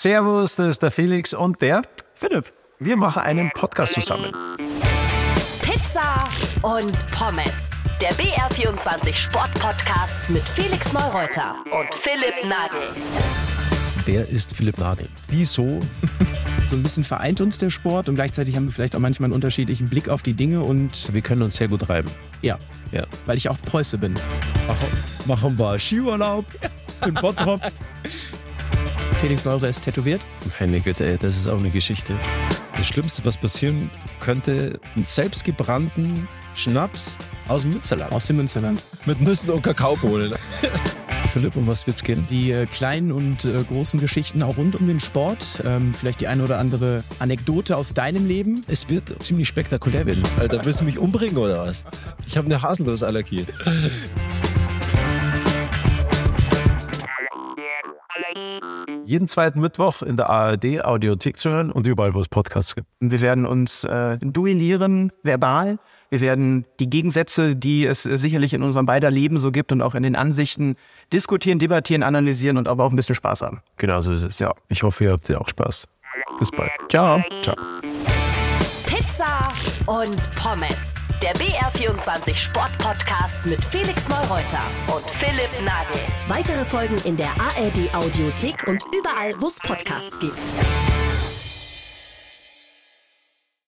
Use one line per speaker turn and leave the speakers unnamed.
Servus, das ist der Felix und der Philipp. Wir machen einen Podcast zusammen.
Pizza und Pommes. Der BR24 Sport Podcast mit Felix Neureuter und Philipp Nagel.
Wer ist Philipp Nagel? Wieso?
So ein bisschen vereint uns der Sport und gleichzeitig haben wir vielleicht auch manchmal einen unterschiedlichen Blick auf die Dinge und
Wir können uns sehr gut reiben.
ja,
Ja.
weil ich auch Preuße bin.
Machen, machen wir Skiurlaub in Bottrop.
Felix Neurer ist tätowiert.
Meine Güte, ey, das ist auch eine Geschichte. Das Schlimmste, was passieren könnte, einen selbstgebrannten Schnaps aus dem Münsterland.
Aus dem Münsterland.
mit Nüssen und Kakaobohnen. Philipp, um was wird's gehen?
Die äh, kleinen und äh, großen Geschichten auch rund um den Sport. Ähm, vielleicht die eine oder andere Anekdote aus deinem Leben.
Es wird ziemlich spektakulär werden. Alter, willst du mich umbringen oder was? Ich habe eine Haselnussallergie. Jeden zweiten Mittwoch in der ARD Audiothek zu hören und überall, wo es Podcasts gibt.
Wir werden uns äh, duellieren, verbal. Wir werden die Gegensätze, die es äh, sicherlich in unserem beider Leben so gibt und auch in den Ansichten diskutieren, debattieren, analysieren und aber auch ein bisschen Spaß haben.
Genau so ist es.
Ja.
Ich hoffe, ihr habt ja auch Spaß. Bis bald.
Ciao.
Ciao.
Pizza und Pommes. Der BR24 Sport Podcast mit Felix Neureuter und Philipp Nagel. Weitere Folgen in der ARD Audiothek und überall, wo es Podcasts gibt.